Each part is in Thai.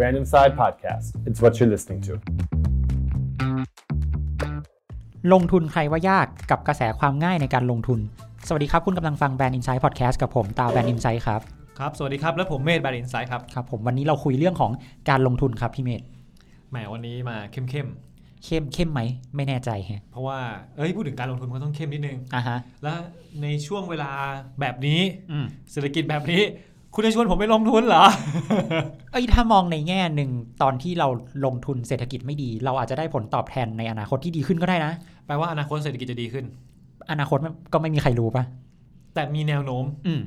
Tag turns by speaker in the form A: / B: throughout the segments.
A: Random Side Podcast. It's what you're listening to.
B: ลงทุนใครว่ายากกับกระแสความง่ายในการลงทุน สวัสดีครับ คุณกำลังฟังแบรนด์อินไซต์พอดแคสต์กับผมตาวแบรนด์อินไซต์ครับ
C: ครับ สวัสดีครับ และผมเมธบารินไซด์ครับ
B: ครับผมวันนี้เราคุยเรื่องของการลงทุนครับพี่เมธ
C: แหมวันนี้มาเข้ม
B: เข้มเข้มไหม ไม่แน่ใจแฮะ
C: ๆ เพราะว่า เอ้ย พูดถึงการลงทุนมันก็ต้องเข้มนิดนึง
B: อ่ะฮะ
C: และในช่วงเวลาแบบนี้
B: อืม
C: เศรษฐกิจแบบนี้ คุณจะชวนผมไปลงทุนเหรอ
B: เอ้ยถ้ามองในแง่หนึ่งตอนที่เราลงทุนเศรษฐกิจไม่ดี เราอาจจะได้ผลตอบแทนในอนาคตที่ดีขึ้นก็ได้นะ
C: แปลว่าอนาคตเศรษฐกิจจะดีขึ้น
B: อนาคตมันก็ไม่มีใครรู้ปะ
C: แต่มีแนวโน้ม
B: อืม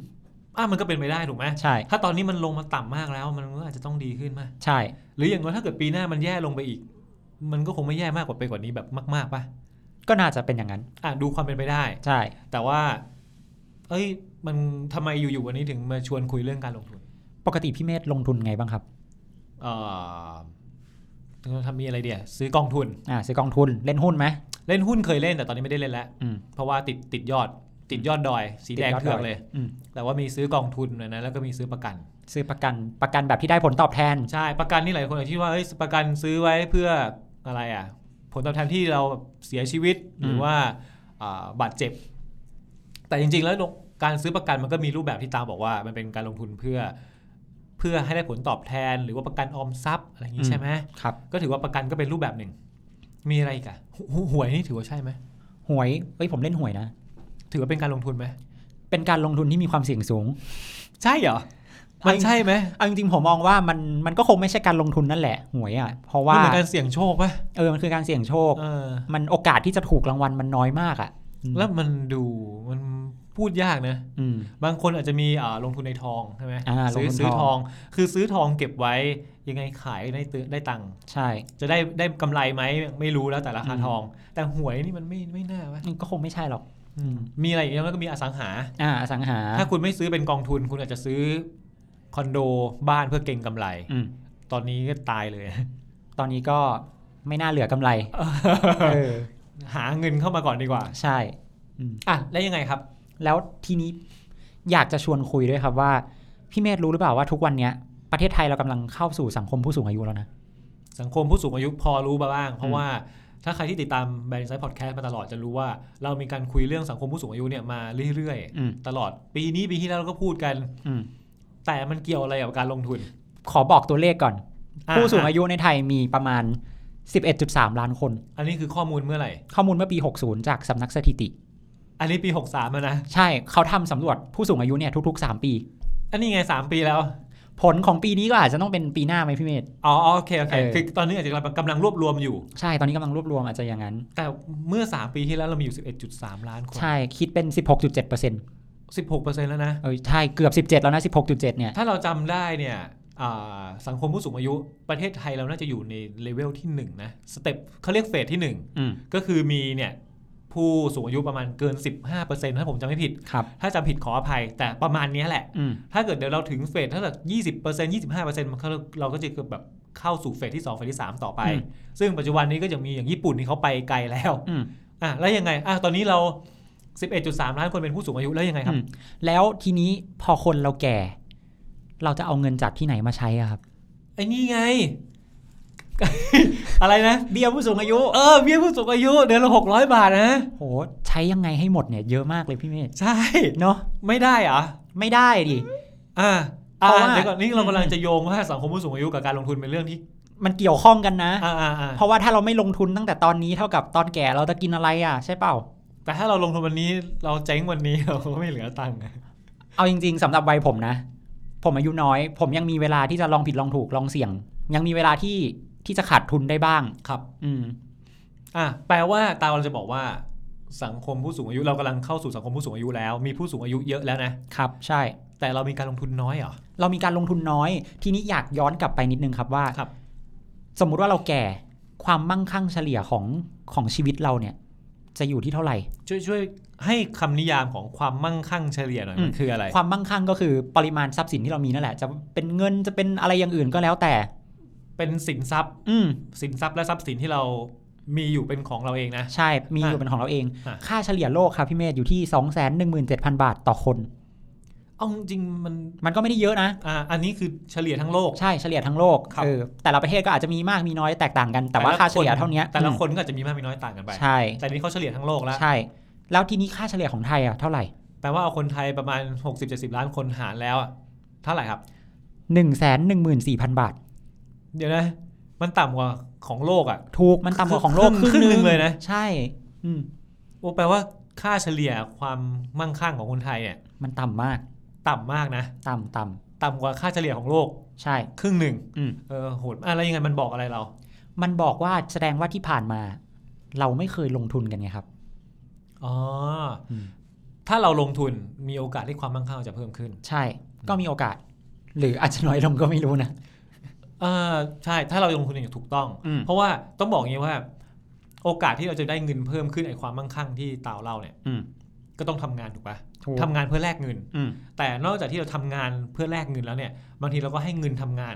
C: อ่ะมันก็เป็นไปได้ถูกไหม
B: ใช่
C: ถ้าตอนนี้มันลงมาต่ำมากแล้ว มันก็อาจจะต้องดีขึ้นมา
B: ใช่
C: หรืออย่างน้อยถ้าเกิดปีหน้ามันแย่ลงไปอีก มันก็คงไม่แย่มากกว่าไปกว่านี้แบบมากๆป่ะ
B: ก็น่าจะเป็นอย่างนั้น
C: อ่ะดูความเป็นไปได้
B: ใช่
C: แต่ว่า เอ้ย มันทำไมอยู่ๆวันนี้ถึงมาชวนคุยเรื่องการลงทุน
B: ปกติพี่เมธลงทุนไงบ้างครับ
C: เอ่อทำมีอะไรเดียซื้อกองทุน
B: อ่าซื้อกองทุนเล่นหุ้นไหม
C: เล่นหุ้นเคยเล่นแต่ตอนนี้ไม่ได้เล่นแล้ว
B: อืม
C: เพราะว่าติดติดยอด ติดยอดดอย สีแดงเถือกเลย
B: อืม
C: แต่ว่ามีซื้อกองทุนนะนะแล้วก็มีซื้อประกัน
B: ซื้อประกันประกันแบบที่ได้ผลตอบแทน
C: ใช่ประกันนี่หลายคนอาจจะคิดว่าเอ้ยประกันซื้อไว้เพื่ออะไรอ่ะ ผลตอบแทนที่เราเสียชีวิตหรืออ
B: ม
C: ว่าอ่าบาดเจ็บ แต่จริง ๆ แล้วการซื้อประกันมันก็มีรูปแบบที่ตามบอกว่า มันเป็นการลงทุนเพื่อ เพื่อให้ได้ผลตอบแทน หรือว่าประกันออมทรัพย์อะไรอย่างนี้ใช่ไหม
B: ครับ
C: ก็ถือว่าประกันก็เป็นรูปแบบหนึ่ง มีอะไรอีกอะหหวยนี่ถือว่าใช่ไหม
B: หวย เอ้ยผมเล่นหวยนะ
C: ถือว่าเป็นการลงทุนไหม
B: เป็นการลงทุนที่มีความเสี่ยงสูง
C: ใช่เหรอ มันใช่ไหม
B: เอาจริงๆผมมองว่ามันมันก็คงไม่ใช่การลงทุนนั่นแหละหวยอ่ะ เพราะว่าน
C: เป็นการเสี่ยงโชคปะ
B: เออมันคือการเสี่ยงโชค
C: เออ
B: มันโอกาสที่จะถูกรางวัลมันน้อยมากอ่ะอืม
C: แล้วมันดูมันพูดยากนะ
B: อืม
C: บางคนอาจจะมีอ่าลงทุนในทองใช่ไหม
B: อ่า
C: ซื้
B: ลงทุน
C: ซื้อ
B: ทอง
C: ทอง คือซื้อทองเก็บไว้ยังไงขายได้ตึได้ตังค์
B: ใช่
C: จะได้ได้กำไรไหมไม่รู้แล้วแต่ราคาทอง แต่หวยนี่มันไม่ไม่น่าวะ
B: มันก็คงไม่ใช่หรอก อืม
C: มีอะไรอีกแล้วก็มีอสังหา
B: อ่าอสังหา
C: ถ้าคุณไม่ซื้อเป็นกองทุน คุณอาจจะซื้อคอนโดบ้านเพื่อเก็งกำไร
B: อืม
C: ตอนนี้ก็ตายเลย
B: ตอนนี้ก็ไม่น่าเหลือกำไรเออ
C: หาเงินเข้ามาก่อนดีกว่า
B: ใช่อืม
C: อ่ะ แล้วยังไงครับ
B: แล้วทีนี้อยากจะชวนคุยด้วยครับว่า พี่เมธรู้หรือเปล่าว่าทุกวันเนี้ยประเทศไทยเรากำลังเข้าสู่สังคมผู้สูงอายุแล้วนะ
C: สังคมผู้สูงอายุพอรู้มาบ้าง เพ
B: อื
C: ราะ
B: ม
C: ว่าถ้าใครที่ติดตามแบรนด์ไซด์พอดแคสต์มาตลอดจะรู้ว่า เรามีการคุยเรื่องสังคมผู้สูงอายุเนี่ยมาเรื่อย
B: อืม
C: ๆ ตลอดปีนี้ปีที่แล้วเราก็พูดกัน
B: อืม
C: แต่มันเกี่ยวอะไรกับการลงทุน
B: ขอบอกตัวเลขก่อน
C: อ่า
B: ผู้สูงอายุในไทยมีประมาณ 11.3 ล้านคน
C: อันนี้คือข้อมูลเมื่อไหร่
B: ข้อมูลเมื่อปี 60 จากสำนักสถิติ
C: อันนี้ปี 63มานะ
B: ใช่เขาทำสำรวจผู้สูงอายุเนี่ยทุก ๆ 3 ปี
C: อันนี้ไง 3 ปีแล้ว
B: ผลของปีนี้ก็อาจจะต้องเป็นปีหน้าไหมพี่เมธ
C: อ๋ออ๋อโอเคโอเค
B: เออ
C: คือตอนนี้อาจจะกำลังรวบรวมอยู่
B: ใช่ตอนนี้กำลังรวบรวมอาจจะอย่างนั้น
C: แต่เมื่อ 3 ปีที่แล้วเรามีอยู่ 11.3 ล้านคน
B: ใช่คิดเป็น 16.7%เอ
C: 16%แล้วนะ
B: อใช่เกือบ 17 แล้วนะ 16.7 เนี่ย
C: ถ้าเราจำได้เนี่ยอ่าสังคมผู้สูงอายุประเทศไทยเราน่าจะอยู่ในเลเวลที่1นงนะสเต็ปเขาเรียกเฟสที่
B: อืม
C: 1 ก็คือมีเนี่ยผู้สูงอายุประมาณเกิน 15%ถ้าผมจำไม่ผิด
B: ครับ
C: ถ้าจำผิดขออภัย แต่ประมาณเนี้ยแหละ
B: อืม
C: ถ้าเกิดเดี๋ยวเราถึงเฟสถ้าเกิด20% 25%มันเขาเราก็จะเกิดแบบเข้าสู่เฟสที่ 2 เฟสที่ 3 ต่อไป ซึ่งปัจจุบันนี้ก็ยังมีอย่างญี่ปุ่นนี่เขาไปไกลแล้ว
B: อืม
C: อ่ะแล้วยังไงอ่ะตอนนี้เรา 11.3 ล้านคนเป็นผู้สูงอายุแล้วยังไงค
B: อื
C: รับ
B: มแล้วทีนี้พอคนเราแก่ เราจะเอาเงินจากที่ไหนมาใช้อะครับ
C: ไอ้นี่ไง อะไรนะ
B: เบี้ยผู้สูงอายุ
C: เออเบี้ยผู้สูงอายุเดือนละหกร้อยบาทนะ
B: โหใช้ยังไงให้หมดเนี่ยเยอะมากเลยพี่เมธ
C: ใช่
B: เนาะ
C: ไม่ได้เหรอ
B: ไม่ได้ดิ
C: อ่า
B: เพ
C: อ่า
B: ราะว่า
C: เดี๋ยวก่อนนี่เรากำลังจะโยงว่าสังคมผู้สูงอายุกับการลงทุนเป็นเรื่องที่
B: มันเกี่ยวข้องกันนะ
C: อ่าอ่าอ่า
B: เพราะว่าถ้าเราไม่ลงทุนตั้งแต่ตอนนี้เท่ากับตอนแก่เราจะกินอะไรอ่ะใช่เปล่า
C: แต่ถ้าเราลงทุนวันนี้เราเจ๊งวันนี้ เราก็ไม่เหลือตังค์
B: เอาจริง ๆสำหรับวัยผมนะ ผมอายุน้อย ผมยังมีเวลาที่จะลองผิดลองถูกลองเสี่ยง ยังมีเวลาที่ที่จะขาดทุนได้บ้าง
C: ครับ
B: อืม
C: อ่ะแปลว่าตาเราจะบอกว่า สังคมผู้สูงอายุเรากำลังเข้าสู่สังคมผู้สูงอายุแล้ว มีผู้สูงอายุเยอะแล้วนะครับ
B: ใช่
C: แต่เรามีการลงทุนน้อยเหรอ
B: เรามีการลงทุนน้อย ทีนี้อยากย้อนกลับไปนิดนึงครับว่า
C: ครับ
B: สมมุติว่าเราแก่ความมั่งคั่งเฉลี่ยของของชีวิตเราเนี่ย จะอยู่ที่เท่าไหร่
C: ช่วยช่วยให้คำนิยามของความมั่งคั่งเฉลี่ยหน่อย
B: อืม
C: มันคืออะไร
B: ความมั่งคั่งก็คือปริมาณทรัพย์สินที่เรามีนั่นแหละ จะเป็นเงินจะเป็นอะไรอย่างอื่นก็แล้วแต่
C: เป็นสินทรัพย์
B: อืม
C: สินทรัพย์และทรัพย์สินที่เรา มีอยู่เป็นของเราเองนะ
B: ใช่ มีอยู่เป็นของเราเอง
C: อ่ะ
B: ค่าเฉลี่ยโลกครับพี่เมธอยู่ที่ 2 1 7 0 0 บาทต่อคน
C: เอาจริงๆมัน
B: มันก็ไม่ได้เยอะนะ
C: อ่าอันนี้คือเฉลี่ยทั้งโลก
B: ใช่ เฉลี่ยทั้งโลก
C: ครับ
B: เออแต่ละประเทศก็อาจจะมีมากมีน้อยแตกต่างกัน แต่ว่าค่าเฉลี่ยเท่าเนี้ย
C: แต่ละ
B: อืม
C: คนก็อาจจะมีมากมีน้อยต่างกันไป
B: ใช่
C: แต่นี้เขาเฉลี่ยทั้งโลกแล้ว
B: ใช่ แล้วทีนี้ค่าเฉลี่ยของไทยอ่ะเท่าไหร่
C: แปลว่าเอาคนไทยประมาณ 60-70 ล้านคนหารแล้วอะเท่าไหร่ครับ
B: หนึ่งแสนหนึ่งหมื่นสี่พันบาท
C: เดี๋ยวนะ มันต่ำกว่าของโลกอ่ะ
B: ถูกมันต่ำกว่าของโลก
C: ครึ่ง
B: ครึ่งหนึ่
C: ครึ่งหนึ่
B: ง
C: งเลยนะ
B: ใช่ อืม
C: โอ้แปลว่าค่าเฉลี่ยความมั่งคั่งของคนไทยเนี่ย
B: มันต่ำมาก
C: ต่ำมากนะ
B: ต่ำต่ำ
C: ต่ำกว่าค่าเฉลี่ยของโลก
B: ใช่
C: ครึ่งหนึ่ง
B: อืม
C: เออโหดอะไรยังไงมันบอกอะไรเรา
B: มันบอกว่าแสดงว่าที่ผ่านมา เราไม่เคยลงทุนกันไงครับ
C: อ๋อ
B: อืม
C: ถ้าเราลงทุนมีโอกาสที่ความมั่งคั่งจะเพิ่มขึ้น
B: ใช่ ก็มีโอกาส หรืออาจจะน้อยลงก็ไม่รู้นะ
C: เออใช่ ถ้าเราลงทุนอย่างถูกต้อง
B: อืม
C: เพราะว่าต้องบอกอย่างนี้ว่า โอกาสที่เราจะได้เงินเพิ่มขึ้นไอ้ความมั่งคั่งที่ตาวเล่าเนี่ย
B: อืม
C: ก็ต้องทำงานถูกปะ
B: ถูก
C: ทำงานเพื่อแลกเงิน
B: อืม
C: แต่นอกจากที่เราทำงานเพื่อแลกเงินแล้วเนี่ย บางทีเราก็ให้เงินทำงาน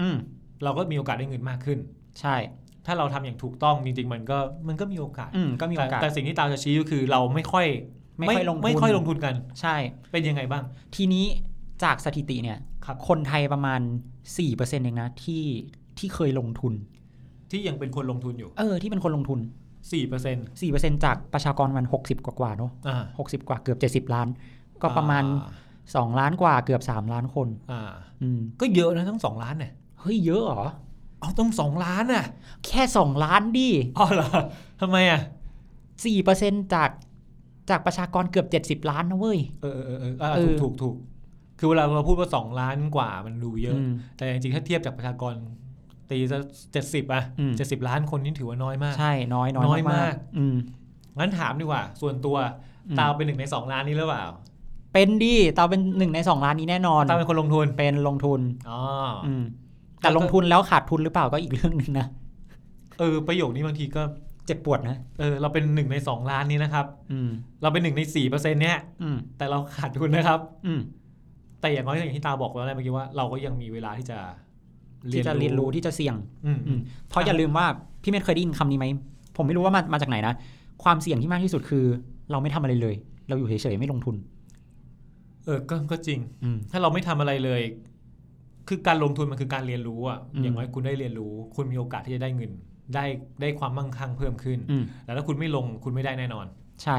B: อืม
C: เราก็มีโอกาสได้เงินมากขึ้น
B: ใช่
C: ถ้าเราทำอย่างถูกต้องจริงๆ มันก็มันก็มีโอกาส
B: อืมก็มีโอกาส
C: แต่แต่สิ่งที่ตามจะชี้ก็คือเราไม่ค่อย
B: ไม่ค่อยลงทุน
C: ไม่ค่อยลงทุนกัน
B: ใช่
C: เป็นยังไงบ้าง
B: ทีนี้จากสถิติเนี่ย
C: ครับ
B: คนไทยประมาณ4%เองนะที่ที่เคยลงทุน
C: ที่ยังเป็นคนลงทุนอยู่
B: เออ ที่เป็นคนลงทุน
C: สี่เปอร์เซ็นต์
B: 4%จากประชากรวัน 60 กว่ากว่าๆเนอะ
C: อ่า
B: 60 กว่าเกือบ 70 ล้าน ก็ประมาณ 2 ล้านกว่าเกือบ 3 ล้านคน
C: อ่า
B: อืม
C: ก็เยอะนะทั้งสองล้านเนี่ย
B: เฮ้ยเยอะเหรอ
C: เอาต้องสองล้านน่ะ
B: แค่ 2 ล้านดิ
C: อ๋อเหรอทำไมอ่ะ
B: 4%จากจากประชากรเกือบ 70 ล้านนะเว้ย
C: เออเออเออเออ
B: เอ
C: ถู
B: อ
C: กถูกถูกคือเวลาเราพูดว่าสองล้านกว่ามันดูเยอะ
B: ม
C: แต่จริงๆถ้าเทียบจากประชากรตีซะเจ็ดสิบอ่ะ
B: อืม
C: เจ็ดสิบล้านคนนี่ถือว่าน้อยมาก
B: ใช่น้อยน้อย
C: น้อยมาก
B: อืม
C: งั้นถามดีกว่า ส่วนตัว
B: อืม
C: ตาวเป็นหนึ่งในสองล้านนี้หรือเปล่า
B: เป็นดิตาเป็นหนึ่งในสองล้านนี้แน่นอน
C: ตาวเป็นคนลงทุน
B: เป็นลงทุน
C: อ๋ออ
B: อืมแต่ลงทุนแล้วขาดทุนหรือเปล่าก็อีกเรื่องหนึ่งนะ
C: เออประโยคนี้บางทีก็
B: เจ็บปวดนะ
C: เออเราเป็นหนึ่งในสองล้านนี้นะครับ
B: อืม
C: เราเป็นหนึ่งในสี่เปอร์เซ็นต์เนี้ย
B: อืม
C: แต่เราขาดทุนนะครับ
B: อืม
C: แต่อย่างน้อยอย่างที่ตาบอกแล้วนะเมื่อกี้ว่าเราก็ยังมีเวลาที่จะ
B: ที่จะเรียนรู้ที่จะเสี่ยง
C: อืม
B: อืมเพราะอย่าลืมว่าพี่เมธเคยได้ยินคำนี้ไหมผมไม่รู้ว่ามามาจากไหนนะความเสี่ยงที่มากที่สุดคือ เราไม่ทำอะไรเลย เราอยู่เฉยๆไม่ลงทุน
C: เออก็ก็จริง
B: อืม
C: ถ้าเราไม่ทำอะไรเลย คือการลงทุนมันคือการเรียนรู้อะ
B: อืม
C: อย่างน้อยคุณได้เรียนรู้ คุณมีโอกาสที่จะได้เงิน ได้ได้ความมั่งคั่งเพิ่มขึ้น
B: อืม
C: แล้วถ้าคุณไม่ลงคุณไม่ได้แน่นอน
B: ใช่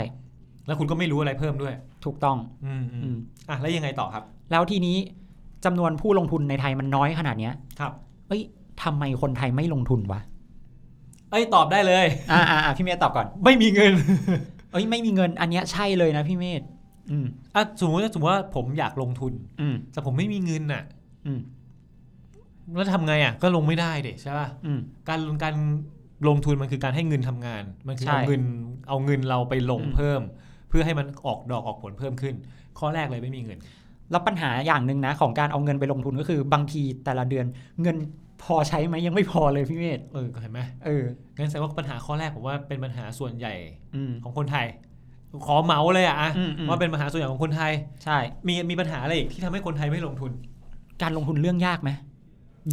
C: แล้วคุณก็ไม่รู้อะไรเพิ่มด้วย
B: ถูกต้อง
C: อืมอื
B: อื
C: ม
B: ม
C: อ่ะแล้วยังไงต่อครับ
B: แล้วทีนี้จำนวนผู้ลงทุนในไทยมันน้อยขนาดเนี้ย
C: ครับ
B: เอ้ยทำไมคนไทยไม่ลงทุนวะ
C: เอ้ยตอบได้เลย
B: อ่าอ่าอ่าพี่เมธตอบก่อน
C: ไม่มีเงิน
B: เอ้ยไม่มีเงินอันเนี้ยใช่เลยนะพี่เมธอืม
C: อ่ะสมมติว่าสมมติว่าผมอยากลงทุน
B: อืม
C: แต่ผมไม่มีเงินน่ะ
B: อืม
C: แล้วทำไงอ่ะก็ลงไม่ได้เด็ใช่ป่ะ
B: อืม
C: การการลงทุนมันคือการให้เงินทำงาน มันคือ
B: ใช่
C: เอาเงินเอาเงินเราไปลง
B: อืม
C: เพิ่ม เพื่อให้มันออกดอกออกผลเพิ่มขึ้น ข้อแรกเลยไม่มีเงิน
B: แล้วปัญหาอย่างหนึ่งนะของการเอาเงินไปลงทุนก็คือบางทีแต่ละเดือนเงินพอใช้ไหมยังไม่พอเลยพี่เมธ
C: เออก็เห็นไหม
B: เออ
C: งั้นแสดงว่าปัญหาข้อแรกผมว่าเป็นปัญหาส่วนใหญ่
B: อืม
C: ของคนไทย ขอเหมาเลยอ่ะอะ
B: อืมอืม
C: ว่าเป็นปัญหาส่วนใหญ่ของคนไทย
B: ใช่
C: มีมีปัญหาอะไรอีกที่ทำให้คนไทยไม่ลงทุน
B: การลงทุนเรื่องยากไหม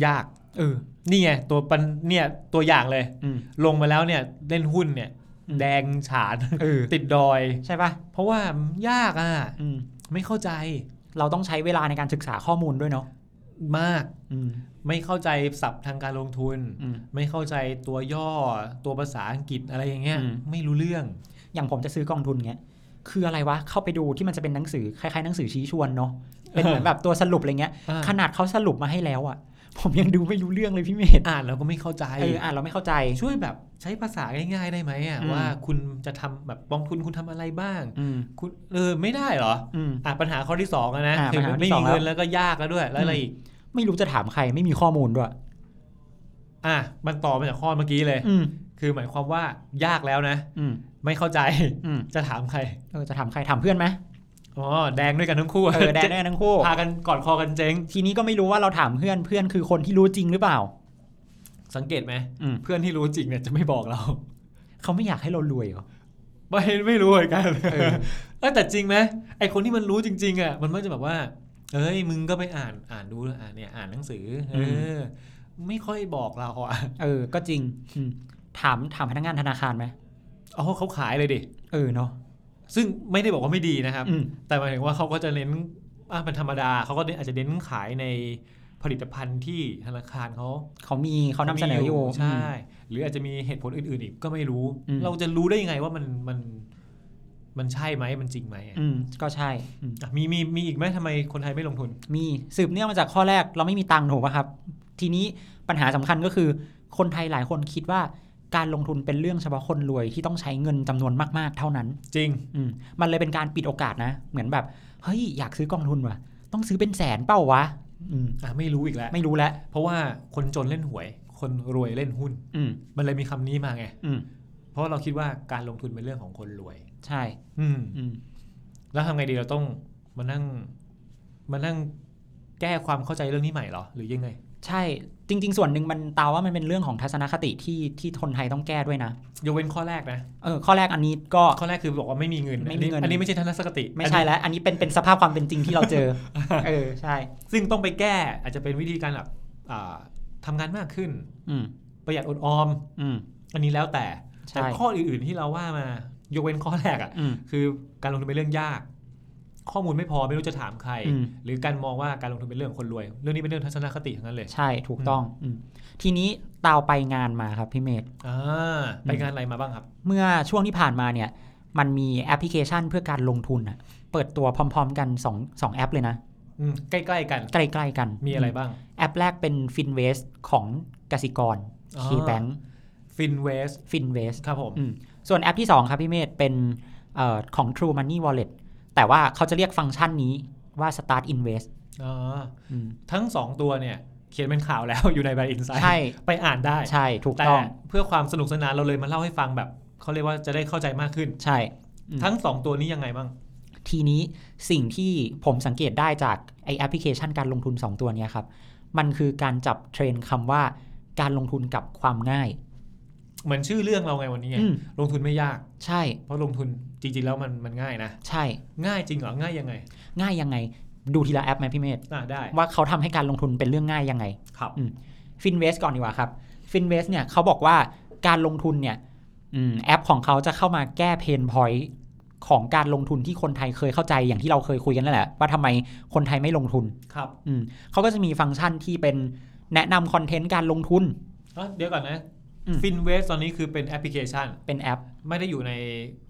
C: ยากเออนี่ไงตัวปันเนี่ยตัวอย่างเลย
B: อืม
C: ลงมาแล้วเนี่ยเล่นหุ้นเนี่ย
B: อืม
C: แดงฉาน
B: เออ
C: ติดดอย
B: ใช่ปะ
C: เพราะว่ายากอ่ะ
B: อืม
C: ไม่เข้าใจ
B: เราต้องใช้เวลาในการศึกษาข้อมูลด้วยเนาะ
C: มาก
B: อืม
C: ไม่เข้าใจศัพท์ทางการลงทุน
B: อืม
C: ไม่เข้าใจตัวย่อตัวภาษาอังกฤษอะไรอย่างเงี้ย
B: อืม
C: ไม่รู้เรื่อง
B: อย่างผมจะซื้อกองทุนเงี้ยคืออะไรวะ เข้าไปดูที่มันจะเป็นหนังสือคล้ายๆหนังสือชี้ชวนเนาะเป็นเหมือนแบบตัวสรุปอะไรเงี้ย
C: อ่ะ
B: ขนาดเขาสรุปมาให้แล้วอะผมยังดูไม่รู้เรื่องเลยพี่เมธ
C: อ่านแล้วก็ไม่เข้าใจ
B: เอออ่านเราไม่เข้าใจ
C: ช่วยแบบใช้ภาษาง่ายๆได้ไหมอ่ะ
B: อืม
C: ว่าคุณจะทำแบบกองทุนคุณทำอะไรบ้าง
B: อืม
C: คุณเออไม่ได้เหรอ
B: อืม
C: อ่ะปัญหาข้อที่สองอะนะ
B: อ่ะ
C: คื
B: ปัญหาข้อที่
C: ไม่
B: สอ
C: มี
B: งแล้ว
C: เงินแล้วก็ยากแล้วด้วยแล้วอะไรอีก
B: ไม่รู้จะถามใครไม่มีข้อมูลด้วย
C: อ่ะมันต่อมาจากข้อเมื่อกี้เลย
B: อืม
C: คือหมายความว่ายากแล้วนะ
B: อืม
C: ไม่เข้าใจ
B: อืม
C: จะถามใคร
B: เออจะถามใครถามเพื่อนไหม
C: อ๋อแดงด้วยกันทั้งคู่
B: เออแดนแน่ทั้งคู่
C: พากันกอดคอกันเจ๊ง
B: ทีนี้ก็ไม่รู้ว่าเราถามเพื่อนเพื่อนคือคนที่รู้จริงหรือเปล่า
C: สังเกตไหม
B: อืม
C: เพื่อนที่รู้จริงเนี่ยจะไม่บอกเรา
B: เขาไม่อยากให้เรารวยเหรอ
C: ไม่ไม่รู้เหมือนกัน
B: เออ
C: เอยแต่จริงไหมไอคนที่มันรู้จริง ๆอ่ะมันมักจะแบบว่า เอ้ยมึงก็ไปอ่านอ่านดูอ่านเนี่ยอ่านหนังสือ เออ ไม่ค่อยบอกเราอ่ะ
B: เออ ก็จริงอืม ถามถามพนักงานธนาคารไหม
C: อ๋อเขาขายเลยดิ
B: เออเนาะ
C: ซึ่งไม่ได้บอกว่าไม่ดีนะครับ
B: อืม
C: แต่หมายถึงว่าเขาก็จะเน้นอ่ะเป็นธรรมดาเขาก็อาจจะเน้นขายในผลิตภัณฑ์ที่ธนาคารเขา
B: เขามีเขานำเสนออยู่
C: ใช่
B: อืม
C: หรืออาจจะมีเหตุผลอื่น ๆ อีกก็ไม่รู้
B: อืม
C: เราจะรู้ได้ยังไงว่ามันมันมันใช่ไหมมันจริงไหมอะ
B: อืมก็ใช่อืม
C: อ่ะมีมีมีอีกไหมทำไมคนไทยไม่ลงทุน
B: มีสืบเนื่องมาจากข้อแรกเราไม่มีตังค์ถูกป่ะครับ ทีนี้ปัญหาสำคัญก็คือ คนไทยหลายคนคิดว่าการลงทุนเป็นเรื่องเฉพาะคนรวยที่ต้องใช้เงินจำนวนมากๆ เท่านั้น
C: จริง
B: อืมมันเลยเป็นการปิดโอกาสนะ เหมือนแบบ เฮ้ย อยากซื้อกองทุนว่ะ ต้องซื้อเป็นแสนเป้าวะ อืม
C: อ่ะไม่รู้อีกแล้ว
B: ไม่รู้แล้ว
C: เพราะว่าคนจนเล่นหวย คนรวยเล่นหุ้น
B: อืม
C: มันเลยมีคำนี้มาไง
B: อืม
C: เพราะเราคิดว่าการลงทุนเป็นเรื่องของคนรวย
B: ใช่
C: อืม
B: อืม
C: แล้วทำไงดีเราต้องมานั่งมานั่งแก้ความเข้าใจเรื่องนี้ใหม่เหรอ หรือยังไง
B: ใช่ จริง ๆ ส่วนหนึ่งมันตาว่ามันเป็นเรื่องของทัศนคติที่ที่คนไทยต้องแก้ด้วยนะ
C: ยกเว้นข้อแรกนะ
B: เออ ข้อแรกอันนี้ก็
C: ข้อแรกคือบอกว่าไม่มีเงิน
B: ไม่มีเงิน
C: อันนี้ไม่ใช่ทัศนคติ
B: ไม่ใช่
C: อันนี้
B: แล้ว อันนี้เป็นเป็นสภาพความเป็นจริงที่เราเจอ เออ ใช่
C: ซึ่งต้องไปแก้ อาจจะเป็นวิธีการแบบอ่าทำงานมากขึ้น
B: อืม
C: ประหยัดอดออม
B: อืม
C: อันนี้แล้วแต่
B: ใช่
C: แต่ข้ออื่นๆที่เราว่ามา ยกเว้นข้อแรกอ่ะ
B: อืม
C: คือการลงทุนเป็นเรื่องยาก ข้อมูลไม่พอไม่รู้จะถามใคร
B: อืม
C: หรือการมองว่าการลงทุนเป็นเรื่องของคนรวย เรื่องนี้เป็นเรื่องทัศนคติทั้งนั้นเลย
B: ใช่ ถูกต้อง อืม ทีนี้ตาวไปงานมาครับพี่เมธ
C: อ่าไปงานอะไรมาบ้างครับ
B: เมื่อช่วงที่ผ่านมาเนี่ย มันมีแอปพลิเคชันเพื่อการลงทุนอะเปิดตัวพร้อมๆกัน2องสองแอปเลยนะ
C: อืมใกล้ๆกัน
B: ใกล้ๆกัน
C: มีอะไรบ้าง
B: แอปแรกเป็น FinVest ของกสิกร
C: อ๋อ
B: KBank
C: Finwest
B: FinVest
C: ครับผม
B: อืมส่วนแอปที่ 2 ครับพี่เมธเป็นเออของ True Money Wallet แต่ว่าเขาจะเรียกฟังก์ชันนี้ว่า Start Invest
C: อ๋อ
B: อืม
C: ทั้งสองตัวเนี่ย เขียนเป็นข่าว แล้ว อยู่ในแบรนด์อินไซด์
B: ใช่
C: ไปอ่านได้
B: ใช่ถูก
C: แต่
B: ต้อง
C: เพื่อความสนุกสนานเราเลยมาเล่าให้ฟังแบบ เขาเรียกว่าจะได้เข้าใจมากขึ้น
B: ใช่ อืม
C: ทั้งสองตัวนี้ยังไงบ้าง
B: ทีนี้สิ่งที่ผมสังเกตได้จากไอแอปพลิเคชันการลงทุน 2 ตัวเนี้ยครับ มันคือการจับเทรนด์คำว่าการลงทุนกับความง่าย
C: เหมือนชื่อเรื่องเราไงวันนี้ไง
B: อืม
C: ลงทุนไม่ยาก
B: ใช่
C: เพราะลงทุนจริงๆแล้วมันมันง่ายนะ
B: ใช่
C: ง่ายจริงเหรอ ง่ายยังไง
B: ง่ายยังไง ดูทีละแอปไหมพี่เมธ
C: อ่าได้
B: ว่าเขาทำให้การลงทุนเป็นเรื่องง่ายยังไง
C: ครับ
B: Finvest ก่อนดีกว่าครับ Finvest เนี่ยเขาบอกว่าการลงทุนเนี่ยอืมแอปของเขาจะเข้ามาแก้เพนพอยต์ของการลงทุนที่คนไทยเคยเข้าใจอย่างที่เราเคยคุยกันนั่นแหละว่าทำไมคนไทยไม่ลงทุน
C: ครับ
B: อืมเขาก็จะมีฟังก์ชันที่เป็นแนะนำคอนเทนต์การลงทุน
C: อ่ะเดี๋ยวก่อนนะ
B: อืม
C: Finwest ตอนนี้คือเป็นแอปพลิเคชัน
B: เป็นแอป
C: ไม่ได้อยู่ใน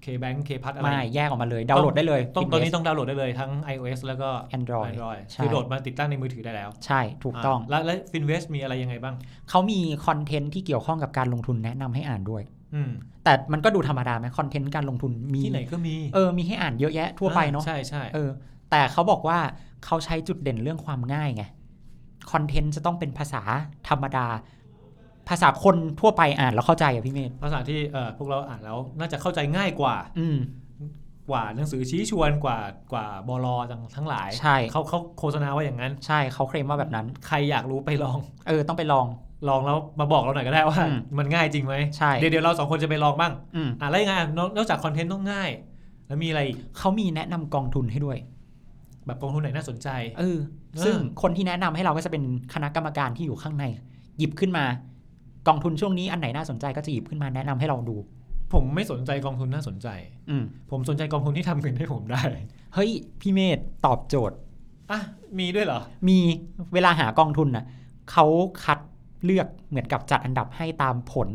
C: KBank KPass อะไร
B: ไม่แยกออกมาเลย ดาวน์โหลดได้เลย
C: ต้องตอนนี้
B: Finvest
C: ต้องดาวน์โหลดได้เลยทั้ง iOS แล้วก็
B: Android ใช่
C: คือโหลดมาติดตั้งในมือถือได้แล้ว
B: ใช่ถูกต้อง
C: าแล้วและ Finvest มีอะไรยังไงบ้าง
B: เขามีคอนเทนต์ที่เกี่ยวข้องกับการลงทุนแนะนำให้อ่านด้วย
C: อืม
B: แต่มันก็ดูธรรมดาไหมคอนเทนต์การลงทุนมี
C: ที่ไหนก็มี
B: เออมีให้อ่านเยอะแยะทั่วไปเนาะ
C: ใช่ใช่
B: เออ แต่เขาบอกว่าเขาใช้จุดเด่นเรื่องความง่ายไงคอนเทนต์จะต้องเป็นภาษาธรรมดา ภาษาคนทั่วไปอ่านแล้วเข้าใจอะพี่เมธ
C: ภาษาที่เออพวกเราอ่านแล้วน่าจะเข้าใจง่ายกว่า
B: อืม
C: กว่าหนังสือชี้ชวนกว่ากว่าบลทั้งทั้งหลาย
B: ใช่
C: เขาเขาโฆษณาว่าอย่างนั้น
B: ใช่เขาเคลมว่าแบบนั้น
C: ใครอยากรู้ไปลอง
B: เออต้องไปลอง
C: ลองแล้วมาบอกเราหน่อยก็ได้ว่า
B: อืม
C: มันง่ายจริงไหม
B: ใช่
C: เดี๋ยวเดี๋ยวเราสองคนจะไปลองบ้าง
B: อืม
C: อ่ะแล้วยังไงอ่ะนอกนอกจากคอนเทนต์ต้องง่าย แล้วมีอะไรอีก
B: เขามีแนะนำกองทุนให้ด้วย
C: แบบกองทุนไหนน่าสนใจ
B: เออ
C: เออ
B: ซึ่งคนที่แนะนำให้เราก็จะเป็นคณะกรรมการที่อยู่ข้างใน หยิบขึ้นมา กองทุนช่วงนี้อันไหนน่าสนใจก็จะหยิบขึ้นมาแนะนำให้เราดู
C: ผมไม่สนใจกองทุนน่าสนใจ
B: อืม
C: ผมสนใจกองทุนที่ทำเงินให้ผมได้
B: เฮ้ย พี่เมธตอบโจทย์
C: อ่ะมีด้วยเหรอ
B: มีเวลาหากองทุนน่ะเขาคัดเลือกเหมือนกับจัดอันดับให้ตามผล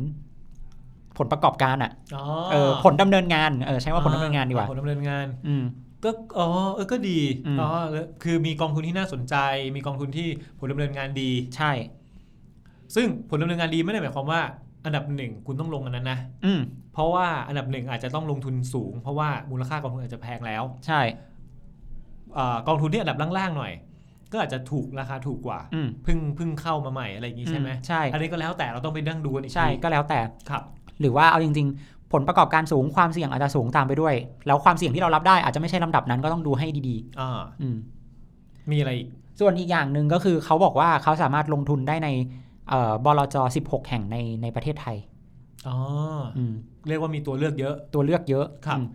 B: ผลประกอบการอ่ะ
C: อ๋อ
B: เออผลดำเนินงานเออใช้ว่าผลดำเนินงานดีกว่า
C: ผลดำเนินงาน
B: อืม
C: ก็อ๋อเออก็ดี
B: อืม
C: อ๋อแล้วคือมีกองทุนที่น่าสนใจ มีกองทุนที่ผลดำเนินงานดี
B: ใช่
C: ซึ่งผลดำเนินงานดีไม่ได้หมายความว่า อันดับหนึ่งคุณต้องลงอันนั้นนะ
B: อืม
C: เพราะว่าอันดับหนึ่งอาจจะต้องลงทุนสูง เพราะว่ามูลค่ากองทุนอาจจะแพงแล้ว
B: ใช่
C: อากองทุนที่อันดับล่างๆหน่อย ก็อาจจะถูกราคาถูกกว่า
B: อืม
C: เพิ่งเพิ่งเข้ามาใหม่อะไรอย่างนี้ใช่ไหม
B: ใช่
C: อันนี้ก็แล้วแต่เราต้องไปนั่งดูกันอีก
B: ใช่
C: ที
B: ก็แล้วแต่
C: ครับ
B: หรือว่าเอาจริงๆ ผลประกอบการสูงความเสี่ยงอาจจะสูงตามไปด้วย แล้วความเสี่ยงที่เรารับได้อาจจะไม่ใช่ลำดับนั้นก็ต้องดูให้ดี
C: อ่า
B: ๆอืม
C: มีอะไรอีก
B: ส่วนอีกอย่างหนึ่งก็คือเขาบอกว่าเขาสามารถลงทุนได้ในเอ่อบลจ 16 แห่งในในประเทศไทย
C: อ๋อ
B: อืม
C: เรียกว่ามีตัวเลือกเยอะ
B: ตัวเลือกเยอะ
C: ครับ
B: อืม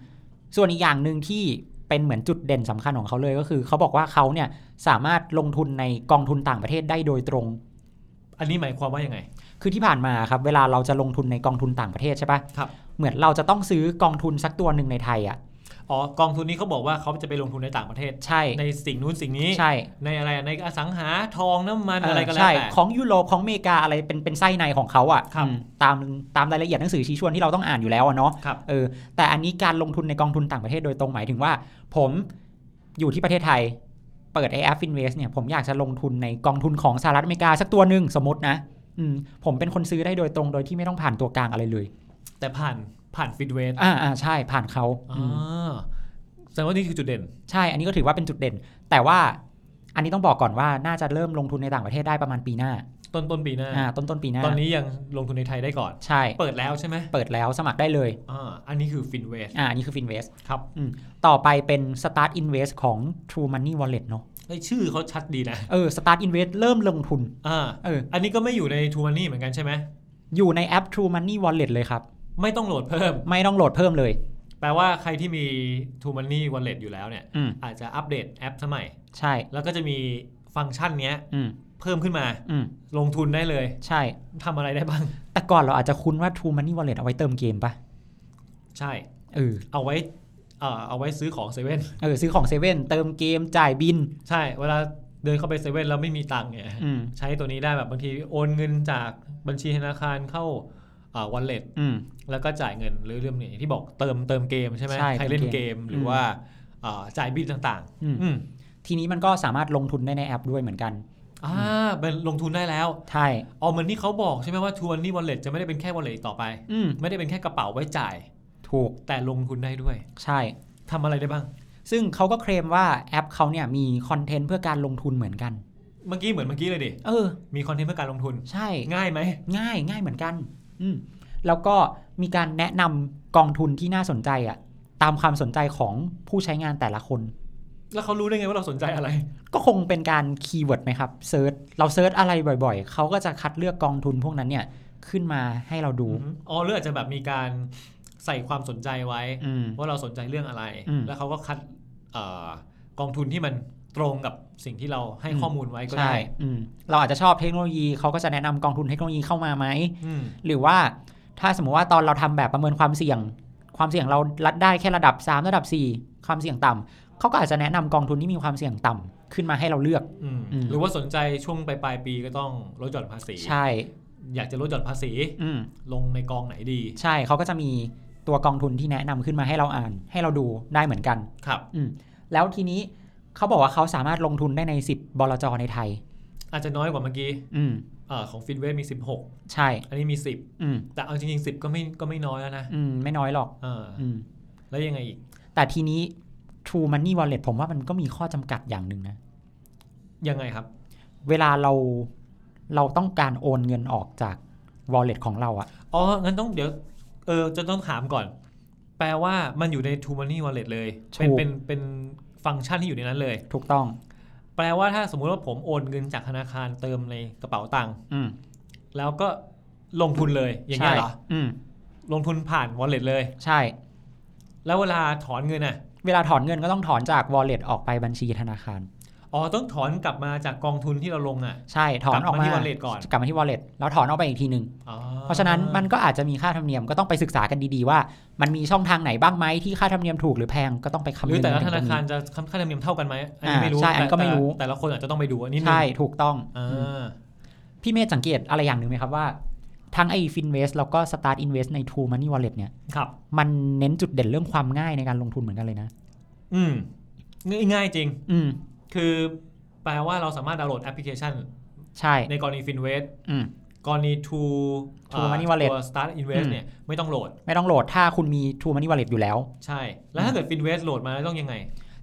B: ส่วนอีกอย่างหนึ่งที่เป็นเหมือนจุดเด่นสำคัญของเขาเลยก็คือ เขาบอกว่าเขาเนี่ยสามารถลงทุนในกองทุนต่างประเทศได้โดยตรง
C: อันนี้หมายความว่ายังไง
B: คือที่ผ่านมาครับเวลาเราจะลงทุนในกองทุนต่างประเทศใช่ปะ
C: ครับ
B: เหมือนเราจะต้องซื้อกองทุนสักตัวหนึ่งในไทยอ่ะ
C: อ๋อกองทุนนี้เขาบอกว่าเขาจะไปลงทุนในต่างประเทศ
B: ใช่
C: ในสิ่งนู้นสิ่งนี้
B: ใช่
C: ในอะไรในอสังหาทองน้ำมัน
B: เออ
C: อะไรก็แล้ว
B: ใช่
C: แต่
B: ของยุโรปของอเมริกาอะไรเป็นเป็นไส้ในของเขาอ่ะ
C: ครับ
B: อืมตามตามรายละเอียดหนังสือชี้ชวนที่เราต้องอ่านอยู่แล้วอะเนาะ
C: ครับ
B: เออแต่อันนี้การลงทุนในกองทุนต่างประเทศโดยตรงหมายถึงว่า ผมอยู่ที่ประเทศไทย เปิดไอแอฟฟินเวสเนี่ยผมอยากจะลงทุนในกองทุนของสหรัฐอเมริกาสักตัวหนึ่งสมมตินะอืมผมเป็นคนซื้อได้โดยตรงโดยที่ไม่ต้องผ่านตัวกลางอะไรเลย
C: แต่ผ่านผ่านฟิดเวท
B: อ่าอ่าใช่ผ่านเขา
C: อ่
B: อืมา
C: แสดงว่านี่คือจุดเด่น
B: ใช่ อันนี้ก็ถือว่าเป็นจุดเด่น แต่ว่าอันนี้ต้องบอกก่อนว่าน่าจะเริ่มลงทุนในต่างประเทศได้ประมาณปีหน้า
C: ต้นต้นปีหน้า
B: อ่าต้นต้นปีหน้า
C: ตอนนี้ยังลงทุนในไทยได้ก่อน
B: ใช่
C: เปิดแล้วใช่ไหม
B: เปิดแล้วสมัครได้เลย
C: อ่าอันนี้คือฟินเวท
B: อ่าอันนี้คือ Finvest
C: ครับ
B: อืมต่อไปเป็น Start Invest ของ True Money Wallet เนอะ
C: ไอยชื่อเขาชัดดีนะ
B: เออ Start Invest เริ่มลงทุน
C: อ่า
B: เออ
C: อันนี้ก็ไม่อยู่ในทูมันนี่เหมือนกันใช่ไหม
B: อยู่ในแอป True Money Wallet เลยครับ
C: ไม่ต้องโหลดเพิ่ม
B: ไม่ต้องโหลดเพิ่มเลย
C: แปลว่าใครที่มีทูมันนี่วอลเล็ตอยู่แล้วเนี่ย
B: อืม
C: อาจจะอัปเดตแอปสมัย
B: ใช่
C: แล้วก็จะมีฟังก์ชันเนี้ย
B: อืม
C: เพิ่มขึ้นมา
B: อืม
C: ลงทุนได้เลย
B: ใช่
C: ทำอะไรได้บ้าง
B: แต่ก่อนเราอาจจะคุ้นว่า True Money Wallet เอาไว้เติมเกมปะ
C: ใช่
B: เออ
C: เอาไว้เอ่อเอาไว้ซื้อของเซเว่น
B: เออ ซื้อของเซเว่นเติมเกมจ่ายบิน
C: ใช่ เวลาเดินเข้าไปเซเว่นแล้วไม่มีตังค์เนี่ย
B: อืม
C: ใช้ตัวนี้ได้แบบบางทีโอนเงินจากบัญชีธนาคารเข้าอ่าวอลเล็ต
B: อืม
C: แล้วก็จ่ายเงินหรือเรื่องนี้ที่บอกเติมเติมเกมใช่ไหม
B: ใช่
C: รเล่นเกม
B: เติมเกม
C: หรือว่าอ่าจ่ายบิลต่าง
B: อืม
C: ๆอืม
B: ทีนี้มันก็สามารถลงทุนได้ในแอปด้วยเหมือนกัน
C: อ่าเป็นลงทุนได้แล้ว
B: ใช่
C: เอาเหมือนที่เขาบอกใช่ไหมว่าทวนนี่วอลเล็ตจะไม่ได้เป็นแค่วอลเล็ตต่อไป
B: อืม
C: ไม่ได้เป็นแค่กระเป๋าไว้จ่าย
B: ถูก
C: แต่ลงทุนได้ด้วย
B: ใช่
C: ทำอะไรได้บ้าง
B: ซึ่งเขาก็เคลมว่าแอปเขาเนี่ยมีคอนเทนต์เพื่อการลงทุนเหมือนกัน
C: เมื่อกี้เหมือนเมื่อกี้เลยดิ
B: เออ
C: มีคอนเทนต์เพื่อการลงทุน
B: ใช่
C: ง่ายไหม
B: ง่ายง่ายเหมือนกัน อืมแล้วก็มีการแนะนำกองทุนที่น่าสนใจอะ่ะ ตามความสนใจของผู้ใช้งานแต่ละคน
C: แล้วเขารู้ได้ไงว่าเราสนใจอะไร
B: ก็คงเป็นการคีย์เวิร์ดไหมครับเซิร์ชเราเซิร์ชอะไรบ่อยๆ เขาก็จะคัดเลือกกองทุนพวกนั้นเนี่ย ขึ้นมาให้เราดู
C: อ๋อหรืออาจจะแบบมีการใส่ความสนใจไว้
B: อืม
C: ว่าเราสนใจเรื่องอะไร
B: อืม
C: แล้วเขาก็คัดเออกองทุนที่มันตรงกับสิ่งที่เราให้
B: อืม
C: ข้อมูลไว้ก็
B: ใช่
C: ได้
B: อืมเราอาจจะชอบเทคโนโลยี เขาก็จะแนะนำกองทุนเทคโนโลยีเข้ามาไหม
C: อืม
B: หรือว่าถ้าสมมติว่าตอนเราทำแบบประเมินความเสี่ยง ความเสี่ยงเรารัดได้แค่ระดับ 3 ระดับ 4 ความเสี่ยงต่ำเขาก็อาจจะแนะนำกองทุนที่มีความเสี่ยงต่ำขึ้นมาให้เราเลือก
C: อืม
B: อืม
C: หรือว่าสนใจช่วงปลายปลายๆปีก็ต้องลดหย่อนภาษี
B: ใช่
C: อยากจะลดหย่อนภาษี
B: อืม
C: ลงในกองไหนดี
B: ใช่เขาก็จะมีตัวกองทุนที่แนะนำขึ้นมาให้เราอ่าน ให้เราดูได้เหมือนกัน
C: ครับ
B: อืมแล้วทีนี้เขาบอกว่าเขาสามารถลงทุนได้ใน 10บลจในไทย
C: อาจจะน้อยกว่าเมื่อกี้
B: อืม
C: เออของฟินเวมี 16
B: ใช่
C: อันนี้
B: อ
C: มี
B: ืม
C: 10 แต่เอาจริงๆ 10 ก็ไม่ก็ไม่น้อยแล้วนะ
B: อืมไม่น้อยหรอก
C: เออ
B: อืม
C: แล้วยังไงอีก
B: แต่ทีนี้ True Money Wallet ผมว่ามันก็มีข้อจำกัดอย่างหนึ่งนะ
C: ยังไงครับ
B: เวลาเราเราต้องการโอนเงินออกจาก wallet ของเราอะ
C: อ๋อ งั้นต้องเดี๋ยว เออ จะต้องถามก่อน แปลว่ามันอยู่ใน True Money Wallet เลย เป็น เป็น เป็นฟังก์ชันที่อยู่ในนั้นเลย
B: ถูกต้อง
C: แปลว่าถ้าสมมุติว่าผมโอนเงินจากธนาคารเติมในกระเป๋าตังค์
B: อืม
C: แล้วก็ลงทุนเลย อย่างเงี้ยเหรอ
B: ใช่อืม
C: ลงทุนผ่าน Wallet เลย
B: ใช่
C: แล้วเวลาถอนเงินอ่ะ
B: เวลาถอนเงินก็ต้องถอนจาก wallet ออกไปบัญชีธนาคาร
C: อ๋อ ต้องถอนกลับมาจากกองทุนที่เราลงอ่ะ
B: ใช่ถอนออก
C: กลับ
B: มา
C: มาที่ wallet ก่อน
B: กลับมาที่ wallet แล้วถอนออกไปอีกทีหนึ่ง
C: อ๋อ
B: เพราะฉะนั้นมันก็อาจจะมีค่าธรรมเนียมก็ต้องไปศึกษากันดีๆว่า มันมีช่องทางไหนบ้างไหมที่ค่าธรรมเนียมถูกหรือแพงก็ต้องไปคำ
C: ห
B: นึ
C: รือง แต่ละ
B: ถึ
C: ธ
B: งต
C: นาง คารจะค่าธรรมเนียมเท่ากันไหม อันนี้ไม่รู้
B: อ่าใช่อันนี้ก็ไม่รู้
C: แต่แต่ละคนอาจจะต้องไปดูอันนี้
B: ใช่ถูกต้อง
C: อ่
B: อืมา พี่เมธสังเกตอะไรอย่างหนึ่งไหมครับว่า ทั้งไอ้ Finvest แล้วก็ Start Invest ใน True Money Wallet เนี่ย
C: ครับ
B: มันเน้นจุดเด่นเรื่องความง่ายในการลงทุนเหมือนกันเลยนะ
C: อืม ง่ายๆจริง
B: อืม
C: คือแปลว่าเราสามารถดาวน์โหลดแอปพลิเคชัน
B: ใช่
C: ในกรณี Finvest
B: อืม
C: กรณี True
B: True
C: เอ่อ
B: Money Wallet
C: ตัว Start
B: อื
C: Invest
B: ม
C: เนี่ยไม่ต้องโหลด
B: ไม่ต้องโหลดถ้าคุณมี True Money Wallet อยู่แล้ว
C: ใช่ แล้วถ้าเกิด Finvest โหลดมาแล้วต้องยังไง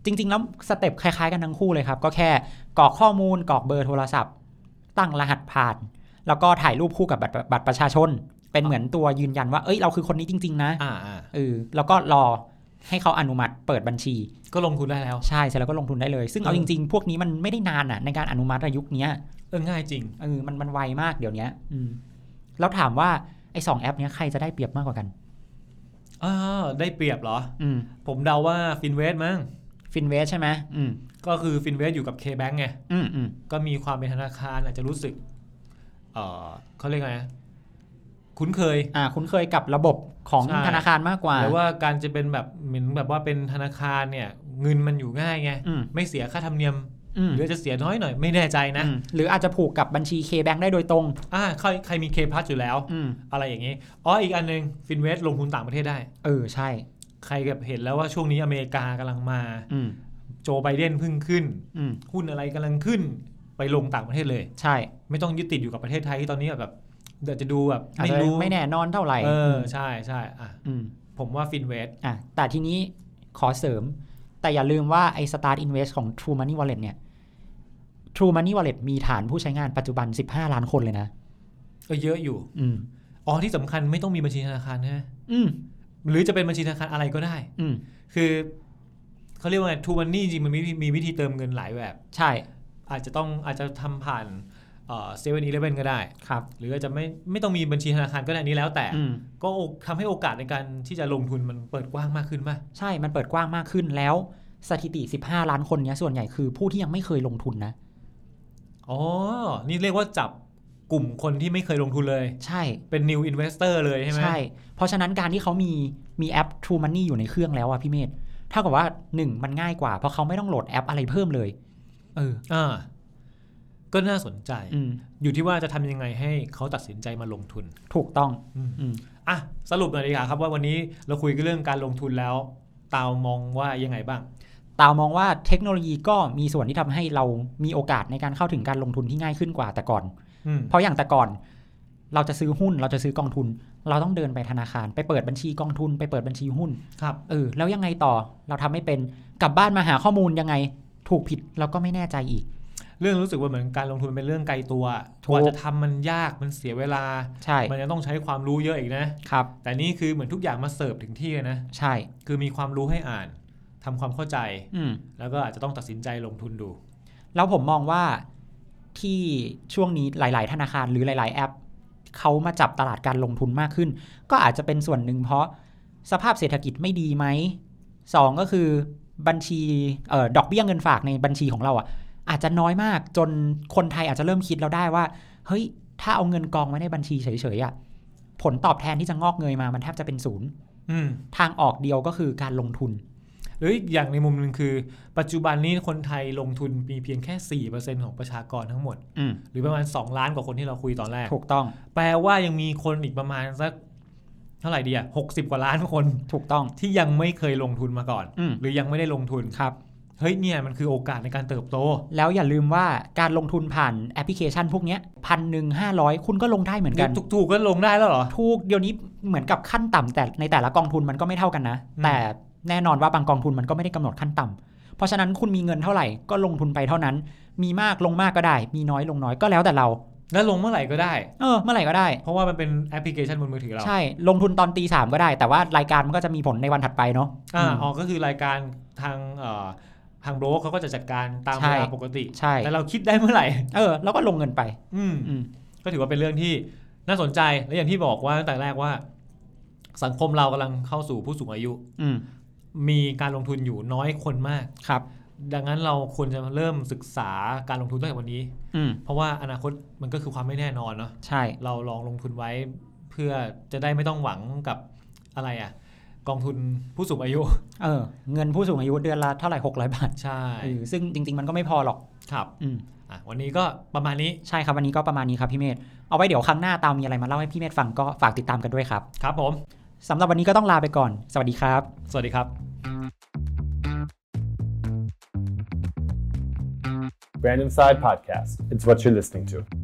B: จริง ๆ แล้วสเต็ปคล้าย ๆ กันทั้งคู่เลยครับ ก็แค่กรอกข้อมูลกรอกเบอร์โทรศัพท์ ตั้งรหัสผ่าน แล้วก็ถ่ายรูปคู่กับบัตรบัตรประชาชน เป็นเหมือนตัวยืนยันว่า เอ้ย เราคือคนนี้จริง ๆ นะ
C: อ่าอ่า
B: เออแล้วก็รอให้เขาอนุมัติเปิดบัญชี
C: ก็ลงทุนได้แล้ว
B: ใช่ เสร็จแล้วก็ลงทุนได้เลย ซึ่งเอา
C: อื
B: จ
C: ม
B: ริง ๆ พวกนี้มันไม่ได้นานอ่ะในการอนุมัติอะยุคเนี้ย
C: เออง่ายจริง
B: เออ มันมันไวมากเดี๋ยวเนี้ยอืมแล้วถามว่าไอ้สองแอปเนี้ยใครจะได้เปรียบมากกว่ากัน
C: อ้าว ได้เปรียบเหรอ
B: อืม
C: ผมเดาว่า Finvest มั้ง
B: ฟินเวสใช่ไหมอืม
C: ก็คือ Finvest อยู่กับ KBank ไง
B: อืมอืม
C: ก็มีความเป็นธนาคารอาจจะรู้สึกเออเขาเรียกไง คุ้นเคย
B: อ่าคุ้นเคยกับระบบของ
C: ใช่
B: ธนาคารมากกว่า
C: หรือว่าการจะเป็นแบบเหมือนแบบว่าเป็นธนาคารเนี่ย เงินมันอยู่ง่ายไง
B: อืม
C: ไม่เสียค่าธรรมเนียม
B: อืม
C: หรือจะเสียน้อยหน่อยไม่แน่ใจนะ
B: อืมหรืออาจจะผูกกับบัญชี K-Bank ได้โดยตรง
C: อ่าใครใครมีเคพัสอยู่แล้ว
B: อืม
C: อะไรอย่างนี้อ๋ออีกอันหนึ่งฟินเวสลงทุนต่างประเทศได้
B: เออใช่
C: ใครแบบเห็นแล้วว่าช่วงนี้อเมริกากำลังมา
B: อืม
C: โจไบเดนเพิ่งขึ้น
B: อืม
C: หุ้นอะไรกำลังขึ้น ไปลงต่างประเทศเลย
B: ใช่
C: ไม่ต้องยึดติดอยู่กับประเทศไทยที่ตอนนี้แบบเดี๋ยวจะดูแบบ
B: อาจ
C: ไม่
B: จะ
C: รู้
B: ไม่แน่นอนเท่าไหร่
C: เออใช่ใช่อ่ะ
B: อืม
C: ผมว่าฟินเวส
B: อ่ะแต่ทีนี้ขอเสริม แต่อย่าลืมว่าไอ้ Start Invest ของ True Money Wallet เนี่ย True Money Wallet มีฐานผู้ใช้งานปัจจุบัน 15 ล้านคนเลยนะ
C: ก็เยอะอยู่
B: อืม
C: อ๋อที่สำคัญไม่ต้องมีบัญชีธนาคารใช่ไหม
B: อืม
C: หรือจะเป็นบัญชีธนาคารอะไรก็ได้
B: อืม
C: คือเขาเรียกว่าไงทูมันนี่จริงๆมันมีมีวิธีเติมเงินหลายแบบ
B: ใช่
C: อาจจะต้องอาจจะทำผ่านเซเว่นอีเลฟเว่นก็ได้
B: ครับ
C: หรืออาจจะไม่ไม่ต้องมีบัญชีธนาคารก็ได้อันนี้แล้วแต่
B: อืม
C: ก็โอทำให้โอกาสในการที่จะลงทุนมันเปิดกว้างมากขึ้นป่ะ
B: ใช่มันเปิดกว้างมากขึ้นแล้ว สถิติ 15 ล้านคนเนี้ยส่วนใหญ่คือผู้ที่ยังไม่เคยลงทุนนะ
C: อ๋อ นี่เรียกว่าจับกลุ่มคนที่ไม่เคยลงทุนเลย
B: ใช่
C: เป็น new investor เลยใช่ไหม
B: ใช่ เพราะฉะนั้นการที่เขามีมีแอป True Money อยู่ในเครื่องแล้วอะพี่เมธเท่ากับว่าหนึ่งมันง่ายกว่าเพราะเขาไม่ต้องโหลดแอปอะไรเพิ่มเลยเออ
C: อ่าก็น่าสนใจ
B: อืม
C: อยู่ที่ว่าจะทำยังไงให้เขาตัดสินใจมาลงทุน
B: ถูกต้อง
C: อืม
B: อืม
C: อ่ะสรุปหน่อยดีกว่าครับว่าวันนี้เราคุยกันเรื่องการลงทุนแล้ว ตาวมองว่ายังไงบ้าง
B: ตาวมองว่าเทคโนโลยีก็มีส่วนที่ทำให้เรามีโอกาสในการเข้าถึงการลงทุนที่ง่ายขึ้นกว่าแต่ก่อน
C: อืม
B: เพราะอย่างแต่ก่อน เราจะซื้อหุ้นเราจะซื้อกองทุน เราต้องเดินไปธนาคารไปเปิดบัญชีกองทุน ไปเปิดบัญชีหุ้น
C: ครับ
B: เออแล้วยังไงต่อเราทำไม่เป็นกลับบ้านมาหาข้อมูลยังไง ถูกผิดเราก็ไม่แน่ใจอีก
C: เรื่องรู้สึกว่าเหมือนการลงทุนเป็นเรื่องไกลตัว
B: ถู
C: ก
B: ก
C: ว่าจะทำมันยากมันเสียเวลา
B: ใช่
C: มันจะต้องใช้ความรู้เยอะอีกนะ
B: ครับ
C: แต่นี่คือเหมือนทุกอย่างมาเสิร์ฟถึงที่เลยนะ
B: ใช่
C: คือมีความรู้ให้อ่านทำความเข้าใจ
B: อืม
C: แล้วก็อาจจะต้องตัดสินใจลงทุนดู
B: แล้วผมมองว่าที่ช่วงนี้หลาย ๆ ธนาคารหรือหลาย ๆ แอปเขามาจับตลาดการลงทุนมากขึ้น ก็อาจจะเป็นส่วนหนึ่งเพราะสภาพเศรษฐกิจไม่ดีไหมสองก็คือบัญชีเอ่อดอกเบี้ยเงินฝากในบัญชีของเราอ่ะ อาจจะน้อยมากจนคนไทยอาจจะเริ่มคิดแล้วได้ว่า เฮ้ย ถ้าเอาเงินกองไว้ในบัญชีเฉย ๆ อ่ะ ผลตอบแทนที่จะงอกเงยมามันแทบจะเป็นศูนย์
C: อืม
B: ทางออกเดียวก็คือการลงทุน
C: หรืออีกอย่างในมุมหนึ่งคือ ปัจจุบันนี้คนไทยลงทุนมีเพียงแค่ 4%ของประชากรทั้งหมด
B: อืม
C: หรือประมาณ 2 ล้านกว่าคนที่เราคุยตอนแรก
B: ถูกต้อง
C: แปลว่ายังมีคนอีกประมาณสักเท่าไหร่ดีอะหกสิบกว่าล้านคน
B: ถูกต้อง
C: ที่ยังไม่เคยลงทุนมาก่อน
B: อืม
C: หรือยังไม่ได้ลงทุน
B: ครับ
C: เฮ้ยเนี่ยมันคือโอกาสในการเติบโต
B: แล้วอย่าลืมว่าการลงทุนผ่านแอปพลิเคชันพวกเนี้พันหนึ่งห้าร้อยคุณก็ลงได้เหมือนกัน
C: ถูกๆก็ลงได้แล้วเหรอ
B: ถูกเดี๋ยวนี้เหมือนกับขั้นต่ำแต่ในแต่ละกองทุนมันก็ไม่เท่ากันนะ
C: อืม
B: แต่แน่นอนว่าบางกองทุนมันก็ไม่ได้กำหนดขั้นต่ำเพราะฉะนั้นคุณมีเงินเท่าไหร่ก็ลงทุนไปเท่านั้น มีมากลงมากก็ได้ มีน้อยลงน้อยก็แล้วแต่เรา
C: แล้วลงเมื่อไหร่ก็ได้
B: เออเมื่อไหร่ก็ได้
C: เพราะว่ามันเป็นแอปพลิเคชันบนมือถือเรา
B: ใช่ลงทุนตอนตีสามก็ได้ แต่ว่ารายการมันก็จะมีผลในวันถัดไปเนาะ
C: อ่าม อ๋อก็คือรายการทางเอ่อทางโบรกเขาก็จะจัดการตาม
B: ใช่
C: เวลาปกติ
B: ใช่
C: แต่เราคิดได้เมื่อไหร่
B: เออเราก็ลงเงินไป
C: อืม
B: อืม
C: ก็ถือว่าเป็นเรื่องที่น่าสนใจและอย่างที่บอกว่าตั้งแต่แรกว่า สังคมเรากำลังเข้าสู่ผู้สูงอายุ
B: อืม
C: มีการลงทุนอยู่น้อยคนมาก
B: ครับ
C: ดังนั้นเราควรจะเริ่มศึกษาการลงทุนตั้งแต่วันนี้
B: อืม
C: เพราะว่าอนาคตมันก็คือความไม่แน่นอนเนาะ
B: ใช่
C: เราลองลงทุนไว้เพื่อจะได้ไม่ต้องหวังกับอะไรอะ่ะ กองทุนผู้สูงอายุ
B: เออ เงินผู้สูงอายุเดือนละเท่าไหร่หกร้อยบาท
C: ใช่
B: เออซึ่งจริง ๆ มันก็ไม่พอหรอก
C: ครับ
B: อืม
C: อ่ะวันนี้ก็ประมาณนี้
B: ใช่ครับวันนี้ก็ประมาณนี้ครับพี่เมธเอาไว้เดี๋ยวครั้งหน้าตามมีอะไรมาเล่าให้พี่เมธฟังก็ฝากติดตามกันด้วยครับ
C: ครับผม
B: สำหรับวันนี้ก็ต้องลาไปก่อน สวัสดีครับ
C: สวัสดีครับ
A: Brand Inside Podcast. It's what you're listening to.